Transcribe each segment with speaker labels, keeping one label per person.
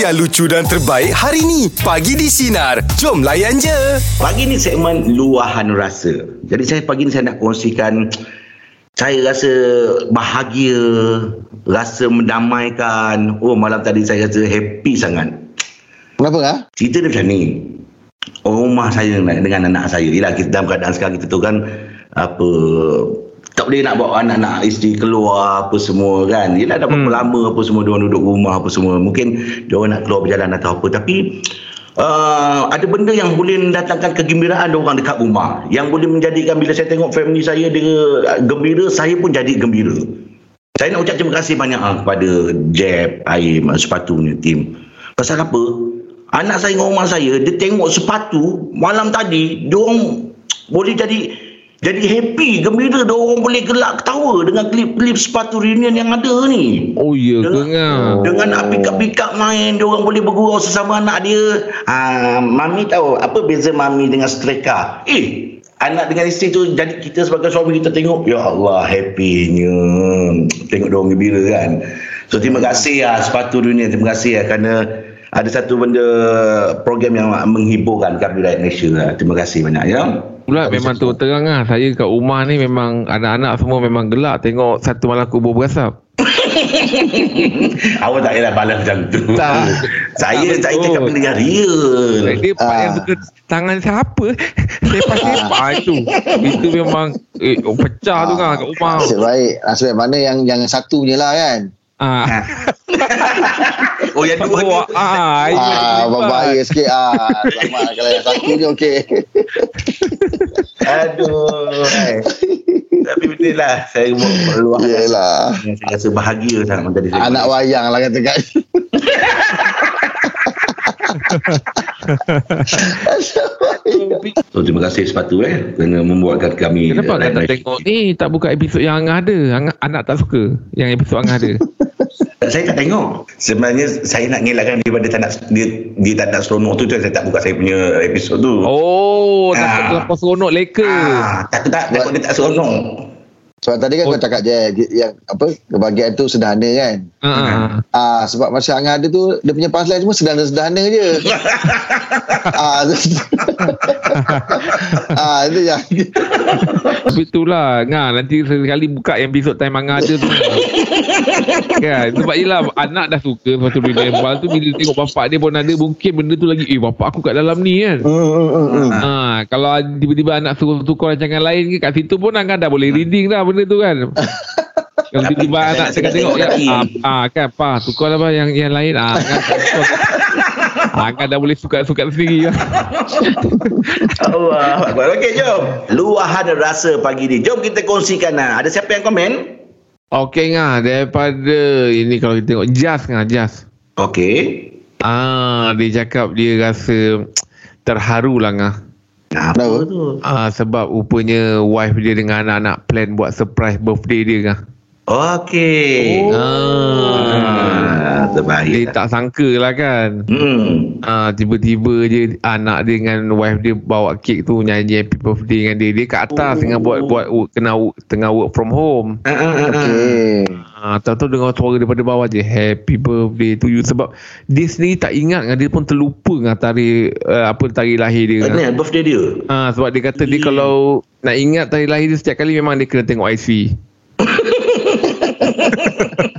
Speaker 1: yang lucu dan terbaik hari ni. Pagi di Sinar. Jom layan je.
Speaker 2: Pagi ni segmen luahan rasa. Jadi saya pagi ni saya nak kongsikan saya rasa bahagia, rasa mendamaikan. Oh malam tadi saya rasa happy sangat.
Speaker 3: Kenapa ah?
Speaker 2: Cerita dia macam ni. Rumah saya dengan dengan anak saya. Yalah kita dalam keadaan sekarang kita tu kan apa tak boleh nak bawa anak-anak isteri keluar apa semua kan. Yalah dah berapa hmm. lama apa semua dia orang duduk rumah apa semua. Mungkin dia orang nak keluar berjalan atau apa tapi Uh, ada benda yang boleh mendatangkan kegembiraan orang dekat rumah yang boleh menjadikan bila saya tengok family saya dia uh, gembira saya pun jadi gembira saya nak ucap terima kasih banyak ah, kepada Jeb Aim ah, sepatu punya tim pasal apa anak saya dengan rumah saya dia tengok sepatu malam tadi dia orang boleh jadi jadi happy gembira dia orang boleh gelak ketawa dengan klip-klip sepatu reunion yang ada ni
Speaker 4: Oh ya ke
Speaker 2: Dengan-
Speaker 4: ngah.
Speaker 2: Dengan nak pikap-pikap main Dia orang boleh bergurau sesama anak dia ha, Mami tahu Apa beza Mami dengan streka Eh Anak dengan isteri tu Jadi kita sebagai suami kita tengok Ya Allah happynya Tengok dia orang gembira kan So terima kasih lah Sepatu dunia Terima kasih lah kerana ada satu benda program yang menghiburkan kat Bilayat Malaysia. lah. Terima kasih banyak ya.
Speaker 4: Pula memang terus terang lah Saya kat rumah ni memang Anak-anak semua memang gelak Tengok satu malam kubur berasap
Speaker 2: Awak tak payah balas macam tu.
Speaker 4: Tak.
Speaker 2: saya
Speaker 4: Tak
Speaker 2: saya
Speaker 4: betul.
Speaker 2: cakap benda yang real.
Speaker 4: Dia part
Speaker 3: Ah.
Speaker 4: yang suka Tangan siapa Sepak-sepak ah, itu Itu memang eh, oh, Pecah tu kan kat rumah
Speaker 3: Nasib baik. Nasib baik mana yang yang satu je lah kan.
Speaker 4: ah.
Speaker 2: Oh yang dua tu.
Speaker 4: Bawa ah, itu
Speaker 3: Ah,
Speaker 4: hebat.
Speaker 3: berbahaya sikit ah. Selamat kalau yang satu je okey.
Speaker 2: Aduh. hai. Tapi betul lah saya buat peluang.
Speaker 3: Yelah.
Speaker 2: Saya rasa bahagia sangat macam tadi. saya
Speaker 3: Ya. Anak
Speaker 2: kata.
Speaker 3: wayang lah kata kat.
Speaker 2: So, terima kasih sepatu eh kerana membuatkan kami eh,
Speaker 4: Kenapa kau tak
Speaker 2: naik-
Speaker 4: tengok ni Tak buka episod yang Angah ada Angah, Anak tak suka Yang episod Angah ada
Speaker 2: Saya tak tengok. Sebenarnya saya nak ngelakkan daripada tak nak dia dia tak nak seronok tu tu saya tak buka saya punya episod tu.
Speaker 4: Oh
Speaker 2: Ah.
Speaker 4: Takut terlampau seronok leka
Speaker 2: Ah, takut tak takut dia tak seronok.
Speaker 3: Sebab tadi kan
Speaker 4: Oh.
Speaker 3: kau cakap je yang apa kebahagiaan tu sederhana kan.
Speaker 4: ah. ah.
Speaker 3: Ah sebab masa Angah ada tu dia punya punchline semua sederhana-sederhana je. ah, ah itu yang
Speaker 4: Tapi itulah lah, Ngah nanti sekali buka yang episod time Angah ada tu Kan sebab yelah anak dah suka Lepas tu bila lepas tu bila tengok bapak dia pun ada Mungkin benda tu lagi Eh bapak aku kat dalam ni kan
Speaker 3: Hmm, hmm, hmm, hmm.
Speaker 4: Ha, kalau tiba-tiba anak suruh tukar rancangan lain ke kat situ pun Angah dah boleh reading dah benda tu kan Kalau
Speaker 2: Tapi
Speaker 4: tiba-tiba
Speaker 2: kadang-kadang
Speaker 4: anak
Speaker 2: saya
Speaker 4: tengah
Speaker 2: tak
Speaker 4: tengok
Speaker 2: tengok
Speaker 4: ya,
Speaker 2: lagi.
Speaker 4: ah, ah, kan pa tukar apa yang yang lain ah kan Angah dah boleh suka-suka sendiri lah.
Speaker 2: Allah. Okey jom. Luahan rasa pagi ni. Jom kita kongsikan lah. Ada siapa yang komen?
Speaker 4: Okey Ngah daripada ini kalau kita tengok Jas Ngah Jas
Speaker 2: Okey.
Speaker 4: Ah, dia cakap dia rasa terharu lah ngah.
Speaker 2: Nah,
Speaker 3: Kenapa?
Speaker 2: apa tu?
Speaker 4: Ah, sebab rupanya wife dia dengan anak-anak plan buat surprise birthday dia ngah.
Speaker 2: Okey.
Speaker 4: Oh.
Speaker 2: Ah,
Speaker 4: Dia
Speaker 2: terbaik.
Speaker 4: tak sangka lah kan.
Speaker 2: Hmm.
Speaker 4: Ah, tiba-tiba je anak dia dengan wife dia bawa kek tu nyanyi happy birthday dengan dia. Dia kat
Speaker 2: Oh.
Speaker 4: atas oh. tengah buat buat work, kena work, tengah work from home.
Speaker 2: Ah, ah, ah, ah.
Speaker 3: Okey.
Speaker 4: Ah, tahu tu dengar suara daripada bawah je happy birthday to you sebab dia sendiri tak ingat ngah. dia pun terlupa ngah tarikh uh, apa tarikh lahir dia. ngah.
Speaker 2: Ini birthday dia.
Speaker 4: Ah sebab dia kata dia kalau nak ingat tarikh lahir dia setiap kali memang dia kena tengok IC.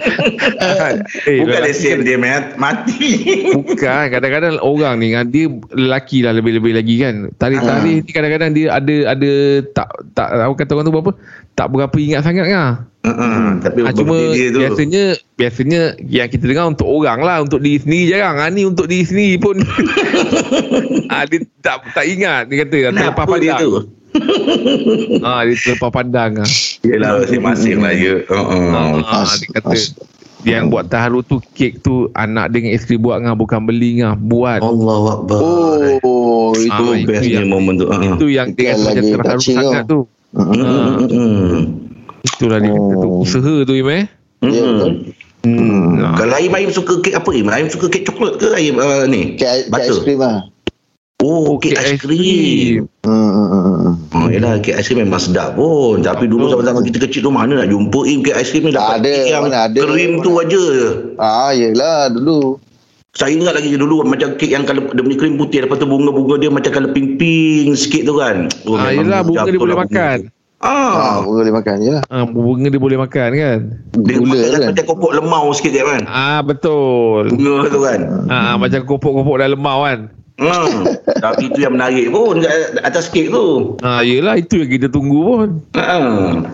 Speaker 4: eh,
Speaker 2: Bukan
Speaker 4: lelaki-
Speaker 2: lesen dia mat- mati.
Speaker 4: Bukan kadang-kadang orang ni kan dia lelaki lah lebih-lebih lagi kan.
Speaker 2: Ah.
Speaker 4: Tarikh-tarikh ni kadang-kadang dia ada ada tak tak apa kata orang tu apa? Tak berapa ingat sangat kan.
Speaker 2: Ah, Tapi
Speaker 4: Ah, cuma
Speaker 2: birthday dia tu.
Speaker 4: biasanya biasanya yang kita dengar untuk orang lah untuk diri sendiri jarang. Ha, ni untuk diri sendiri pun ah, dia tak tak ingat dia kata terlepas
Speaker 2: Kenapa dia
Speaker 4: pandang.
Speaker 2: tu?
Speaker 4: Ah dia terlepas pandang ah.
Speaker 2: Yelah masing-masing lah ya. Uh-uh.
Speaker 4: Ah,
Speaker 3: As-
Speaker 4: dia kata
Speaker 3: as-
Speaker 4: yang buat terharu tu kek tu anak dia dengan isteri buat ngah bukan beli ngah buat.
Speaker 2: Allahu Akbar.
Speaker 3: Oh, itu.
Speaker 4: Ah,
Speaker 2: Itu
Speaker 4: itu
Speaker 2: bestnya
Speaker 4: yang-
Speaker 2: momen tu. Uh-uh.
Speaker 4: Itu yang
Speaker 3: Bukan
Speaker 4: dia rasa macam
Speaker 3: lagi
Speaker 4: terharu
Speaker 3: touching
Speaker 4: sangat tu.
Speaker 2: Mm, mm, mm, mm.
Speaker 4: Itulah dia kata tu.
Speaker 3: Oh.
Speaker 4: Usaha tu Im eh.
Speaker 2: Mm,
Speaker 3: Ya,
Speaker 2: mm.
Speaker 3: betul.
Speaker 4: Hmm. Ah.
Speaker 2: Kalau Aim, Aim suka kek apa Aim? Aim suka kek coklat ke Aim uh, ni?
Speaker 3: Kek kek
Speaker 2: Butter.
Speaker 3: aiskrim lah.
Speaker 2: Oh, kek
Speaker 4: Kek
Speaker 2: aiskrim. Krim.
Speaker 3: Hmm, hmm, hmm, hmm.
Speaker 2: Oh, yelah, kek aiskrim memang sedap pun. Tapi dulu
Speaker 4: Betul.
Speaker 2: zaman-zaman kita kecil tu mana nak jumpa Aim kek aiskrim ni
Speaker 3: Tak
Speaker 2: dapat
Speaker 3: ada,
Speaker 2: kek yang
Speaker 3: mana ada.
Speaker 2: krim tu aja.
Speaker 3: Ah, yelah dulu.
Speaker 2: Saya ingat lagi dulu macam kek yang kalau dia punya krim putih lepas tu bunga-bunga dia macam kalau pink-pink sikit tu kan. Oh,
Speaker 4: Ah,
Speaker 2: memang
Speaker 4: yelah, bunga
Speaker 2: jatuh
Speaker 4: dia boleh
Speaker 2: lah
Speaker 4: makan.
Speaker 2: bunga. Ah,
Speaker 3: Ah, bunga boleh makan je lah.
Speaker 4: Ah, bunga dia boleh makan kan?
Speaker 2: dia
Speaker 3: Gula
Speaker 2: makan
Speaker 3: kan.
Speaker 2: macam kopok lemau sikit kan.
Speaker 4: Ah, betul.
Speaker 2: Bunga tu kan.
Speaker 4: Ah, macam kopok-kopok dalam lemau kan?
Speaker 2: Hmm. Tapi itu yang menarik pun kat atas kek tu.
Speaker 4: Ah, yelah, itu yang kita tunggu pun.
Speaker 2: Ha.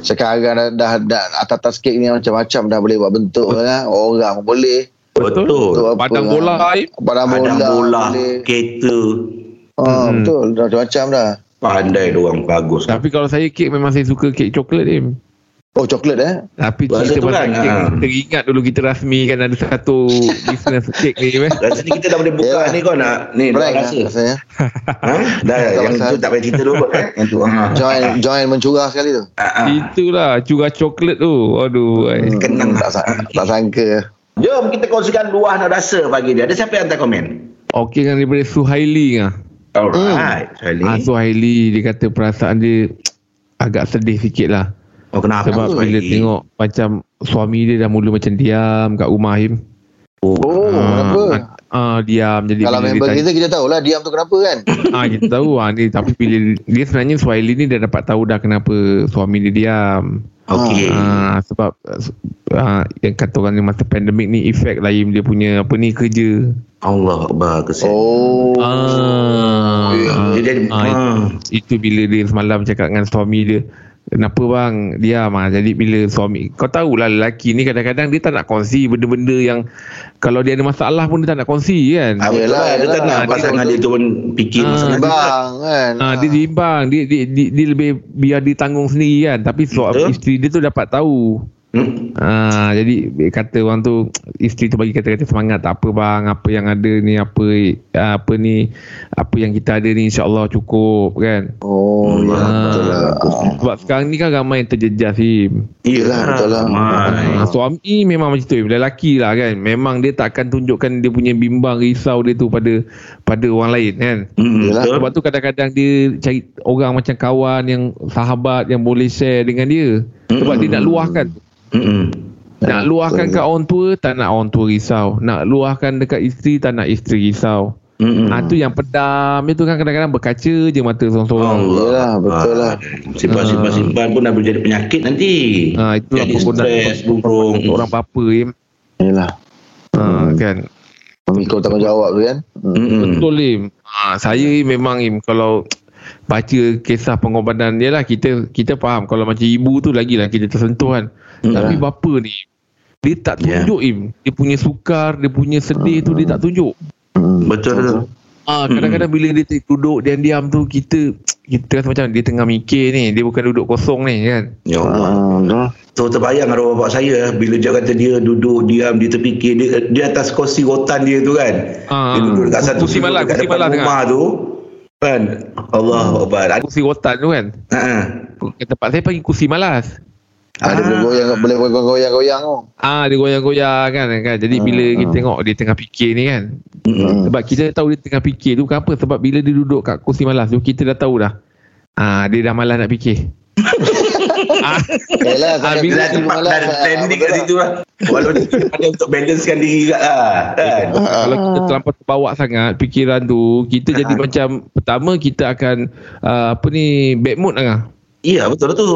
Speaker 3: Sekarang dah, dah, dah atas-atas kek ni macam-macam dah boleh buat bentuk lah. Orang pun boleh.
Speaker 2: Betul.
Speaker 3: Bentuk apa
Speaker 4: Padang
Speaker 3: lah.
Speaker 4: bola, Aib.
Speaker 3: Padang bola.
Speaker 2: Padang bola,
Speaker 3: boleh.
Speaker 2: kereta.
Speaker 3: Ah,
Speaker 4: Hmm.
Speaker 3: Betul. Dah macam-macam dah.
Speaker 2: Pandai orang bagus.
Speaker 4: Tapi kalau saya kek memang saya suka kek coklat ni.
Speaker 3: Oh, coklat eh.
Speaker 4: Tapi
Speaker 2: Rasa
Speaker 4: cerita
Speaker 2: tu
Speaker 4: pasal
Speaker 2: kan,
Speaker 4: kek,
Speaker 2: ah.
Speaker 4: kita ingat dulu kita rasmikan ada satu bisnes kek ni. Eh.
Speaker 2: Rasa ni kita dah boleh buka
Speaker 3: Yalah.
Speaker 2: ni kau nak. Ni dah
Speaker 3: Prank lah
Speaker 2: Eh, rasa.
Speaker 3: rasanya.
Speaker 2: Ha? Dah
Speaker 3: Tak
Speaker 2: yang
Speaker 3: pasal.
Speaker 2: tu tak payah cerita dulu kot, eh. Yang tu. Ha.
Speaker 3: Join join mencurah sekali tu.
Speaker 2: Ha, ha.
Speaker 4: Itulah curah coklat tu. Aduh. eh.
Speaker 2: Kenang
Speaker 3: tak, sa- tak sangka.
Speaker 2: Jom kita kongsikan luah nak rasa pagi dia. Ada siapa yang hantar komen?
Speaker 4: Okey kan daripada Suhaili kan.
Speaker 2: Alright.
Speaker 3: Hmm.
Speaker 2: Charlie.
Speaker 4: Ah, Suhaili dia kata perasaan dia agak sedih sikit lah.
Speaker 2: Oh kenapa?
Speaker 4: Sebab
Speaker 2: Charlie?
Speaker 4: bila tengok macam suami dia dah mula macam diam kat rumah Him.
Speaker 3: Oh,
Speaker 4: Hmm.
Speaker 3: kenapa?
Speaker 4: Ah, diam jadi
Speaker 3: Kalau
Speaker 4: bila dia
Speaker 3: member
Speaker 4: tanya-
Speaker 3: kita kita tahulah diam tu kenapa kan.
Speaker 4: Ah kita tahu ah ni tapi bila dia sebenarnya Suhaili ni dah dapat tahu dah kenapa suami dia diam.
Speaker 2: Okey.
Speaker 4: Ah sebab ah, yang kata orang ni masa pandemik ni efek lain dia punya apa ni kerja.
Speaker 2: Allah Akbar kesian.
Speaker 3: Oh. ya.
Speaker 4: Ah.
Speaker 2: Dia jadi
Speaker 4: Ah,
Speaker 2: ha.
Speaker 4: Itu bila dia semalam cakap dengan suami dia Kenapa bang Diam lah Jadi bila suami Kau tahulah lelaki ni kadang-kadang Dia tak nak kongsi benda-benda yang Kalau dia ada masalah pun Dia tak nak kongsi kan
Speaker 2: Ah, betul
Speaker 3: Yelah,
Speaker 2: lah. Dia tak
Speaker 3: yelah.
Speaker 2: nak
Speaker 3: Dia
Speaker 2: pasangan
Speaker 3: betul.
Speaker 2: dia tu pun fikir
Speaker 4: Ah,
Speaker 2: masalah dia.
Speaker 3: Bang kan.
Speaker 4: ha, Dia imbang dia, dia, dia, dia lebih Biar dia tanggung sendiri kan Tapi
Speaker 2: Betul.
Speaker 4: suami isteri dia tu dapat tahu
Speaker 2: Hmm?
Speaker 4: ha, Jadi kata orang tu Isteri tu bagi kata-kata semangat Tak apa bang Apa yang ada ni Apa apa ni Apa yang kita ada ni InsyaAllah cukup kan
Speaker 3: Oh, ya
Speaker 2: Ah.
Speaker 3: betul lah.
Speaker 4: Sebab sekarang ni kan ramai yang terjejas Him
Speaker 2: Yelah,
Speaker 3: betul lah.
Speaker 2: ramai.
Speaker 4: Ha, suami memang macam tu Lelaki lah kan Memang dia tak akan tunjukkan Dia punya bimbang Risau dia tu pada Pada orang lain kan
Speaker 2: Hmm,
Speaker 3: Yelah,
Speaker 2: betul.
Speaker 4: Sebab tu kadang-kadang dia Cari orang macam kawan Yang sahabat Yang boleh share dengan dia Sebab dia nak luahkan
Speaker 2: Hmm.
Speaker 3: Ya,
Speaker 4: Nak luahkan
Speaker 3: betul.
Speaker 4: kat orang tua Tak nak orang tua risau Nak luahkan dekat isteri Tak nak isteri risau
Speaker 2: Hmm.
Speaker 4: Ha, tu yang pedam Dia tu kan kadang-kadang berkaca je Mata seorang-seorang
Speaker 2: Allah.
Speaker 3: Yelah, betul lah.
Speaker 2: Simpan-simpan simpan pun dah boleh jadi penyakit nanti.
Speaker 4: ha, Itulah
Speaker 2: Jadi stres,
Speaker 4: penggunaan
Speaker 2: burung.
Speaker 4: Orang bapa Im.
Speaker 3: Yalah.
Speaker 4: ha, Kan
Speaker 3: Memikul tanggungjawab tu kan. Hmm.
Speaker 2: Hmm.
Speaker 4: Betul Im. Ha, saya memang Im kalau baca kisah pengorbanan dia lah kita kita faham kalau macam ibu tu lagilah kita tersentuh kan.
Speaker 2: Hmm.
Speaker 4: Tapi bapa ni dia tak
Speaker 2: Yeah.
Speaker 4: tunjuk Im. Dia punya sukar, dia punya sedih tu dia tak tunjuk.
Speaker 2: Betul tu.
Speaker 4: Hmm. Ah kadang-kadang bila dia ter- duduk dia diam tu kita kita rasa macam dia tengah mikir ni, dia bukan duduk kosong ni kan.
Speaker 2: Ya Allah.
Speaker 3: Ah, dah.
Speaker 2: So terbayang arwah bapak saya eh, bila dia kata dia duduk diam dia terfikir dia, dia atas kursi rotan dia tu kan. Dia
Speaker 4: Ah.
Speaker 2: duduk dekat satu
Speaker 4: Kursi
Speaker 2: sudut
Speaker 4: malas,
Speaker 2: dekat
Speaker 4: kursi
Speaker 2: depan
Speaker 4: malas
Speaker 2: rumah tu kan. Allah Akbar. Ada-
Speaker 4: Kursi rotan tu kan.
Speaker 2: Ha. ha.
Speaker 4: Kat Tempat saya panggil kursi malas.
Speaker 3: Ada boleh goyang boleh goyang-goyang tu.
Speaker 4: Ah dia goyang-goyang kan kan. Jadi bila kita tengok dia tengah fikir ni kan.
Speaker 2: Mm-mm.
Speaker 3: Hmm.
Speaker 4: Sebab kita tahu dia tengah fikir tu bukan apa sebab bila dia duduk kat kursi malas tu kita dah tahu dah. Ah dia dah malas nak fikir. ah,
Speaker 3: Yalah, Eh, lah, saya
Speaker 4: Ah, bila
Speaker 2: Dah
Speaker 3: kena
Speaker 2: tempat dah
Speaker 3: malas, ah,
Speaker 2: standing
Speaker 3: betul
Speaker 2: kat
Speaker 3: lah.
Speaker 2: situ lah. Walaupun ada untuk balancekan diri juga lah. Kan?
Speaker 4: kalau kita terlampau terbawa sangat fikiran tu kita jadi
Speaker 2: Ah.
Speaker 4: macam pertama kita akan uh, apa ni bad mood lah.
Speaker 2: Ya betul tu.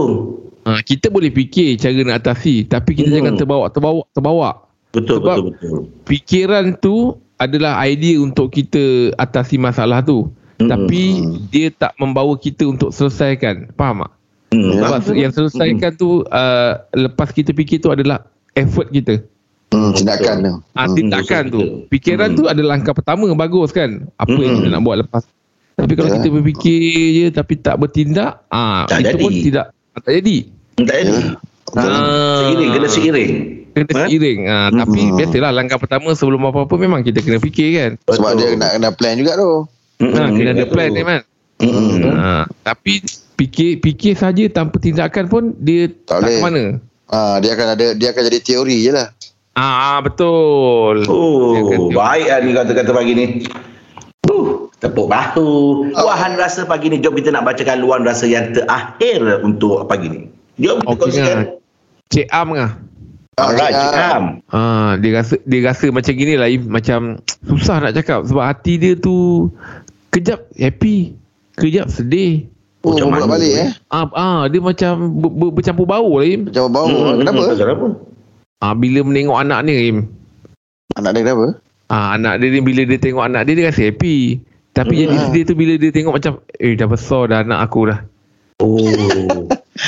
Speaker 4: Ah, kita boleh fikir cara nak atasi tapi kita
Speaker 2: Hmm.
Speaker 4: jangan terbawa terbawa terbawa.
Speaker 2: Betul
Speaker 4: Sebab-
Speaker 2: betul betul.
Speaker 4: Fikiran tu adalah idea untuk kita atasi masalah tu.
Speaker 2: Hmm.
Speaker 4: Tapi dia tak membawa kita untuk selesaikan. Faham tak?
Speaker 2: Hmm.
Speaker 4: Sebab yang selesaikan tu uh, lepas kita fikir tu adalah effort kita.
Speaker 3: Hmm, tindakan tu.
Speaker 4: Ah,
Speaker 2: Hmm,
Speaker 4: tindakan
Speaker 2: betul,
Speaker 4: tu.
Speaker 2: betul.
Speaker 4: Pikiran tu adalah langkah pertama bagus kan. Apa
Speaker 2: Hmm.
Speaker 4: yang kita nak buat lepas. Tapi kalau
Speaker 3: Yalah.
Speaker 4: kita berfikir je tapi tak bertindak, ah
Speaker 2: Tak
Speaker 4: itu
Speaker 2: jadi.
Speaker 4: pun tidak ah, tak jadi.
Speaker 2: Tak jadi.
Speaker 4: Ah.
Speaker 2: Seiring Hmm. kena seiring.
Speaker 4: Kena
Speaker 2: Ha?
Speaker 4: seiring. Ah, tapi biasalah langkah pertama sebelum apa-apa memang kita kena fikir kan.
Speaker 3: Sebab dia nak kena plan juga tu.
Speaker 2: Mm-mm,
Speaker 4: Ha, kena ada
Speaker 2: betul.
Speaker 4: plan ni man.
Speaker 2: Mm-mm.
Speaker 4: Ha, tapi fikir fikir saja tanpa tindakan pun dia
Speaker 3: Tak
Speaker 4: tak,
Speaker 3: boleh.
Speaker 4: ke mana.
Speaker 3: Ah, dia akan ada dia akan jadi teori je lah.
Speaker 4: Ah betul. Dia akan
Speaker 2: Oh,
Speaker 4: tengok.
Speaker 2: baik lah ni kata-kata pagi ni. Uh, tepuk bahu.
Speaker 4: Oh.
Speaker 2: Luahan rasa pagi ni. Jom kita nak bacakan luahan rasa yang terakhir untuk pagi ni. Jom kita
Speaker 4: Okey
Speaker 2: kongsikan.
Speaker 4: kan. Cik Am lah.
Speaker 2: Alright,
Speaker 3: Faham.
Speaker 2: faham.
Speaker 4: Ah, dia rasa dia rasa macam gini lah If, macam susah nak cakap sebab hati dia tu kejap happy, kejap sedih.
Speaker 3: Oh,
Speaker 2: Macam
Speaker 3: bolak
Speaker 2: mana
Speaker 3: balik
Speaker 2: ni?
Speaker 3: eh.
Speaker 4: Ah, ah dia macam ber, ber, bercampur bau lah Im.
Speaker 3: Macam bau.
Speaker 2: Hmm,
Speaker 3: Kenapa?
Speaker 2: pasal apa?
Speaker 4: Ah, bila menengok anak ni Im.
Speaker 3: Anak dia kenapa?
Speaker 4: Ah, anak dia ni bila dia tengok anak dia dia rasa happy. Tapi jadi
Speaker 3: Hmm.
Speaker 4: sedih tu bila dia tengok macam eh dah besar dah anak aku dah.
Speaker 2: Oh.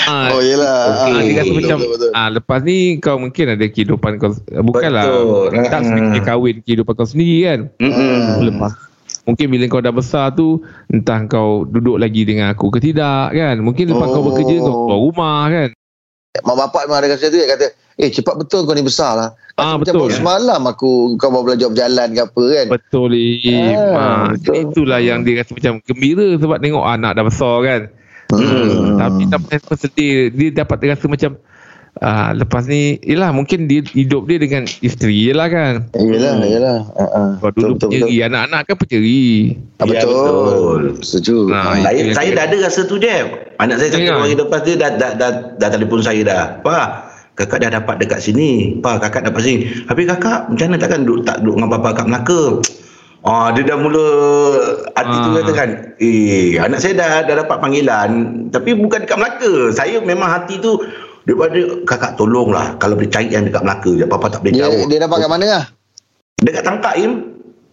Speaker 4: Ah,
Speaker 3: Oh, yelah.
Speaker 4: Ah,
Speaker 2: Okey.
Speaker 4: dia kata
Speaker 2: Betul,
Speaker 4: macam ah lepas ni kau mungkin ada kehidupan kau bukanlah
Speaker 2: Betul.
Speaker 4: tak
Speaker 2: Ah.
Speaker 4: sebenarnya kahwin kehidupan kau sendiri kan.
Speaker 3: Ah.
Speaker 2: Mm-mm.
Speaker 4: Lepas mungkin bila kau dah besar tu entah kau duduk lagi dengan aku ke tidak kan. Mungkin lepas kau
Speaker 3: Oh.
Speaker 4: bekerja kau keluar rumah kan.
Speaker 3: Mak bapak memang ada kata tu dia kata, "Eh, cepat betul kau ni besar lah."
Speaker 4: Ah,
Speaker 3: Macam
Speaker 4: betul.
Speaker 3: baru Semalam aku kau baru belajar berjalan ke apa kan.
Speaker 4: Betul
Speaker 3: Ah,
Speaker 4: Im. Ah,
Speaker 3: betul.
Speaker 4: jadi itulah yang dia rasa macam gembira sebab tengok anak dah besar kan.
Speaker 3: Hmm.
Speaker 4: Tapi tak pernah rasa sedih. Dia dapat rasa macam ah, lepas ni Yelah mungkin dia hidup dia dengan isteri je lah kan.
Speaker 3: Yelah, yelah. Ha ah.
Speaker 4: Kau dulu penceri Anak-anak kan penceri
Speaker 3: Ah,
Speaker 2: Ya,
Speaker 3: betul.
Speaker 2: betul.
Speaker 3: Setuju.
Speaker 4: Ah,
Speaker 2: Saya
Speaker 4: itu yang
Speaker 2: saya
Speaker 4: saya-
Speaker 2: dah ada rasa tu je. Anak saya
Speaker 4: Ya.
Speaker 2: satu hari lepas dia dah dah, dah dah telefon saya dah. Pa, kakak dah dapat dekat sini. Pa, kakak dapat sini. Habis kakak macam mana takkan duduk tak duduk dengan papa kat Melaka? Ah, dia dah mula hati tu
Speaker 4: Ah.
Speaker 2: kata kan, eh anak saya dah dah dapat panggilan tapi bukan dekat Melaka. Saya memang hati tu daripada kakak tolonglah kalau boleh cari yang dekat Melaka je. Papa tak boleh
Speaker 3: Dia
Speaker 2: jauh.
Speaker 3: dia dapat kat mana lah?
Speaker 2: Dekat Tangkak Im.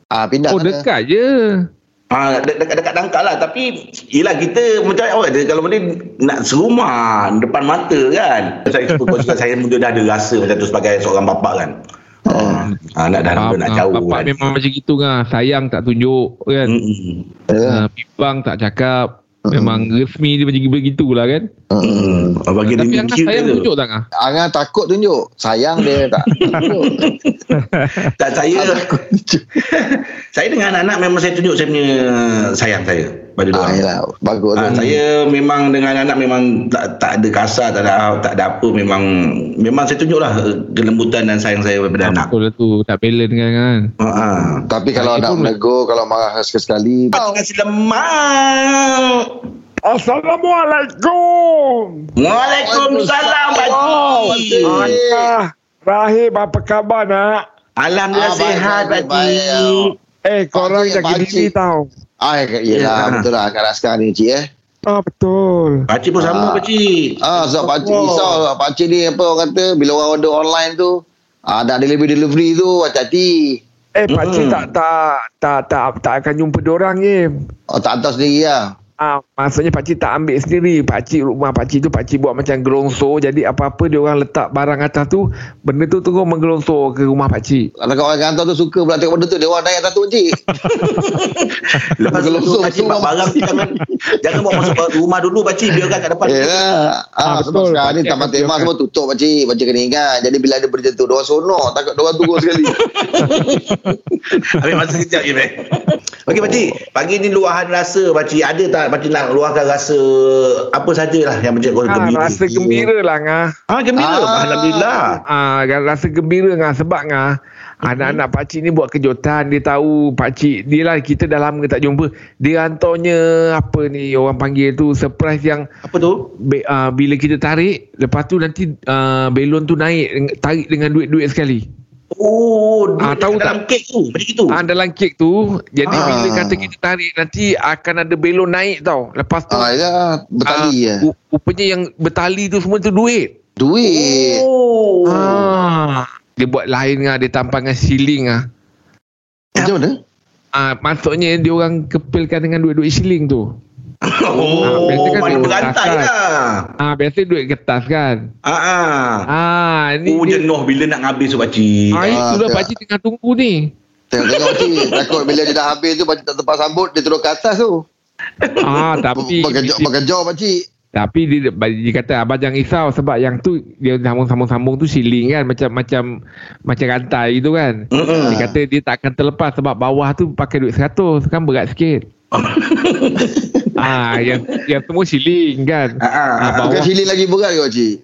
Speaker 3: Ah, pindah
Speaker 4: Oh
Speaker 3: sana.
Speaker 4: dekat je
Speaker 2: Ah, de- dekat dekat tangkal lah tapi yelah kita macam awak dia kalau boleh nak serumah depan mata kan. Saya suka juga saya muda dah ada rasa macam tu sebagai seorang bapa kan. Ah, anak dah
Speaker 4: Bapak,
Speaker 2: nak, nak jauh
Speaker 4: bapak
Speaker 2: kan.
Speaker 4: memang macam gitu kan Sayang tak tunjuk kan
Speaker 2: Mm-mm.
Speaker 3: Ya.
Speaker 4: uh, Pipang tak cakap
Speaker 2: Hmm.
Speaker 4: Memang resmi dia macam begitulah kan
Speaker 2: Mm-mm. Bagi dia
Speaker 4: Tapi
Speaker 2: punya
Speaker 4: Angah
Speaker 2: cute
Speaker 4: sayang
Speaker 2: dia tu.
Speaker 4: tunjuk tak Angah?
Speaker 3: Hmm, Angah takut tunjuk. Sayang dia tak. tunjuk.
Speaker 2: Tak saya saya dengan anak-anak memang saya tunjuk saya punya sayang saya pada dia.
Speaker 3: ah, yelah. Bagus tu.
Speaker 2: Ah, saya memang dengan anak memang tak tak ada kasar tak ada tak ada apa memang memang saya tunjuklah eh, kelembutan dan sayang saya kepada anak.
Speaker 4: Betul lah tu Tak balance kan kan
Speaker 2: Ha ah.
Speaker 3: Tapi kalau
Speaker 4: Saya
Speaker 3: nak
Speaker 4: pun-
Speaker 3: menegur, kalau marah sekali-sekali.
Speaker 2: Kau kasi lemak.
Speaker 5: Assalamualaikum.
Speaker 2: Waalaikumsalam Pak Cik.
Speaker 5: Ah, Rahim apa khabar nak?
Speaker 2: Alhamdulillah
Speaker 3: Ah, baik,
Speaker 2: sihat
Speaker 3: baik,
Speaker 2: Pak
Speaker 3: baik, ya.
Speaker 2: Cik.
Speaker 5: Eh korang
Speaker 3: Pakcik,
Speaker 5: jaga
Speaker 3: pakcik.
Speaker 5: diri tau.
Speaker 3: Ah, yelah.
Speaker 2: Ya.
Speaker 3: Betul lah. Angkat sekarang ni, cik eh.
Speaker 5: Ah betul.
Speaker 2: Pak Cik pun
Speaker 3: Ah.
Speaker 2: sama Pak Cik.
Speaker 3: Ah, sebab pakcik
Speaker 5: Wow.
Speaker 3: risau sebab pakcik ni apa orang kata bila orang order online tu ah, ada delivery delivery tu hati-hati.
Speaker 5: Eh pak
Speaker 2: Mm-mm.
Speaker 5: tak tak tak tak tak akan jumpa dorang ni.
Speaker 3: Oh, tak tahu sendiri lah.
Speaker 5: Ah maksudnya pak tak ambil sendiri. Pak rumah pak tu pak buat macam gelongso jadi apa-apa dia orang letak barang atas tu benda tu terus menggelongso ke rumah pak
Speaker 3: Kalau kat orang kantor tu suka pula tengok benda tu dia orang naik atas tu cik.
Speaker 2: Lepas tu
Speaker 3: gelosok
Speaker 2: Pak Cik
Speaker 3: semua.
Speaker 2: bawa barang tu jangan jangan bawa masuk rumah dulu Pak Cik biarkan kat depan.
Speaker 3: Yelah. Ah,
Speaker 5: Ah,
Speaker 3: sebab
Speaker 5: betul.
Speaker 3: sekarang ni
Speaker 5: Pakcik
Speaker 3: taman
Speaker 5: akan
Speaker 3: tema
Speaker 5: biarkan.
Speaker 3: semua tutup pakcik. Pakcik kena ingat. Jadi bila ada berita tu, diorang sonok. Takut diorang tunggu sekali.
Speaker 2: Ambil masa sekejap je, Bek. Okey, Pakcik. Pagi ni luahan rasa, Pakcik. Ada tak Pakcik nak luahkan rasa apa sajalah yang Pakcik kau
Speaker 5: Ah,
Speaker 2: gembira?
Speaker 5: rasa gembira lah ngah.
Speaker 2: Ah, gembira.
Speaker 3: Ah.
Speaker 2: Alhamdulillah.
Speaker 5: Ah, rasa gembira ngah sebab ngah anak-anak pakcik ni buat kejutan dia tahu pakcik dia lah kita dah lama tak jumpa dia hantarnya apa ni orang panggil tu surprise yang
Speaker 2: Apa tu?
Speaker 5: be, uh, bila kita tarik lepas tu nanti uh, belon tu naik tarik dengan duit-duit sekali
Speaker 2: Oh,
Speaker 5: Ah,
Speaker 2: dia
Speaker 5: tahu
Speaker 2: dalam kek tu. Macam itu.
Speaker 5: ah, dalam kek tu jadi
Speaker 3: Ah.
Speaker 5: bila kata kita tarik nanti akan ada belon naik tau lepas tu
Speaker 3: ah, yelah. Bertali
Speaker 5: ah,
Speaker 3: ya.
Speaker 5: ru- rupanya yang bertali tu semua tu duit
Speaker 3: Duit.
Speaker 2: Oh.
Speaker 5: ah. dia buat lain ngah dia tampang dengan siling ngah
Speaker 3: Macam mana?
Speaker 5: Ah, maksudnya dia orang kepilkan dengan duit-duit shilling tu.
Speaker 2: Oh,
Speaker 5: biasa kan
Speaker 2: mana
Speaker 5: dia
Speaker 2: berantai
Speaker 5: kasar.
Speaker 2: lah.
Speaker 5: Ah, biasa duit kertas kan.
Speaker 2: Ah, ah.
Speaker 5: Ah, ni
Speaker 2: Oh,
Speaker 5: dia,
Speaker 2: jenuh bila nak habis tu, Pakcik.
Speaker 5: ah,
Speaker 3: Ah,
Speaker 5: itu dah
Speaker 3: tak.
Speaker 5: pakcik tengah tunggu ni.
Speaker 3: Tengok-tengok cik. Takut bila dia dah habis tu, pakcik tak tempat sambut. Dia turun ke atas tu.
Speaker 5: Ah, tapi
Speaker 3: Berkejok, berkejok pakcik.
Speaker 5: tapi dia, dia kata abang jangan risau sebab yang tu dia sambung-sambung tu shilling kan macam macam macam rantai gitu kan.
Speaker 2: Mm-mm.
Speaker 5: Dia kata dia tak akan terlepas sebab bawah tu pakai duit 100 kan berat sikit. ah, yang yang semua shilling kan.
Speaker 2: Ah, ah, ah.
Speaker 5: bawah.
Speaker 3: Bukan sili lagi berat ke pakcik?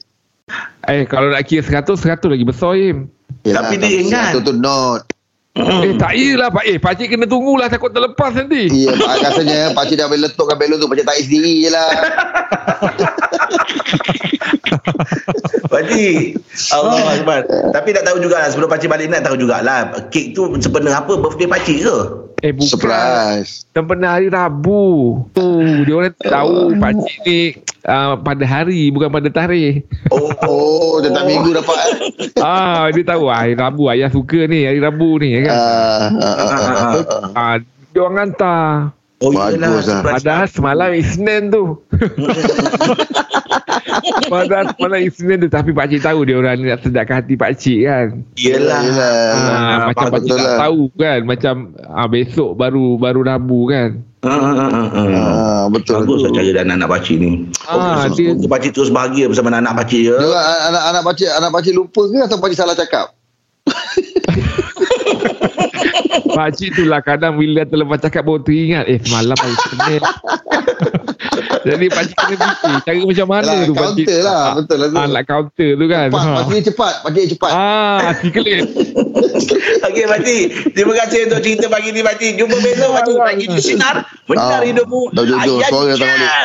Speaker 5: Eh kalau nak kira 100 100 lagi besar Im.
Speaker 2: Tapi dia ingat.
Speaker 3: Itu tu not.
Speaker 5: Eh tak iyalah pak. Eh pakcik kena tunggulah takut terlepas nanti.
Speaker 3: Ya, yeah, rasanya pakcik dah boleh letupkan belon tu. Pakcik tarik sendiri je lah.
Speaker 2: Pakcik Allah Akbar Tapi tak tahu jugalah Sebelum pakcik balik nak tahu jugalah Kek tu sempena apa Birthday pakcik ke
Speaker 4: Eh bukan
Speaker 3: Surprise.
Speaker 4: Sempena hari Rabu Tu
Speaker 5: Oh,
Speaker 4: Dia orang tahu Pakcik ni uh,
Speaker 5: ah,
Speaker 4: Pada hari Bukan pada tarikh
Speaker 2: Oh,
Speaker 3: Oh, tetap minggu dapat. eh.
Speaker 4: Ah Dia tahu ah, Hari Rabu Ayah suka ni Hari Rabu ni
Speaker 3: Ah,
Speaker 4: kan
Speaker 3: ah, ah, ah, ah.
Speaker 4: ah, Dia orang hantar
Speaker 2: Oh
Speaker 3: Bagus
Speaker 2: iyalah
Speaker 3: lah.
Speaker 2: surprise.
Speaker 4: Padahal semalam Isnin tu Padahal semalam Isnin tu Tapi pakcik tahu dia orang ni nak sedapkan hati pakcik kan
Speaker 2: Iyalah
Speaker 3: Yelah.
Speaker 4: ah, Macam
Speaker 2: faham
Speaker 4: pakcik
Speaker 3: betul
Speaker 4: tak
Speaker 3: lah.
Speaker 4: tahu kan Macam ah, besok baru baru Rabu kan
Speaker 2: Ah, ah, ah, ah.
Speaker 3: Ah, betul. lah.
Speaker 2: Bagus lah cara dan anak pakcik ni
Speaker 4: Ah,
Speaker 2: ah,
Speaker 4: dia-
Speaker 2: dia... Pakcik terus bahagia bersama anak pakcik ya
Speaker 3: Dia orang- anak-anak pakcik anak pakcik lupa ke atau pakcik salah cakap?
Speaker 4: Pakcik tu lah kadang bila terlepas cakap baru teringat Eh semalam hari Isnin Jadi pakcik kena fikir Cara macam mana
Speaker 3: Yalah,
Speaker 4: tu pakcik
Speaker 3: counter lah, betul lah tu.
Speaker 4: ah, Nak counter tu kan
Speaker 3: Cepat,
Speaker 4: Ah.
Speaker 3: pakcik ni cepat, pakcik ni cepat.
Speaker 4: Ah, artikelate
Speaker 2: Okey pakcik Terima kasih untuk cerita pagi ni pakcik Jumpa besok pakcik Pagi di sinar Benar
Speaker 3: Ah,
Speaker 2: hidupmu
Speaker 3: dah jodoh,
Speaker 2: Ayah
Speaker 3: suara datang
Speaker 2: dia.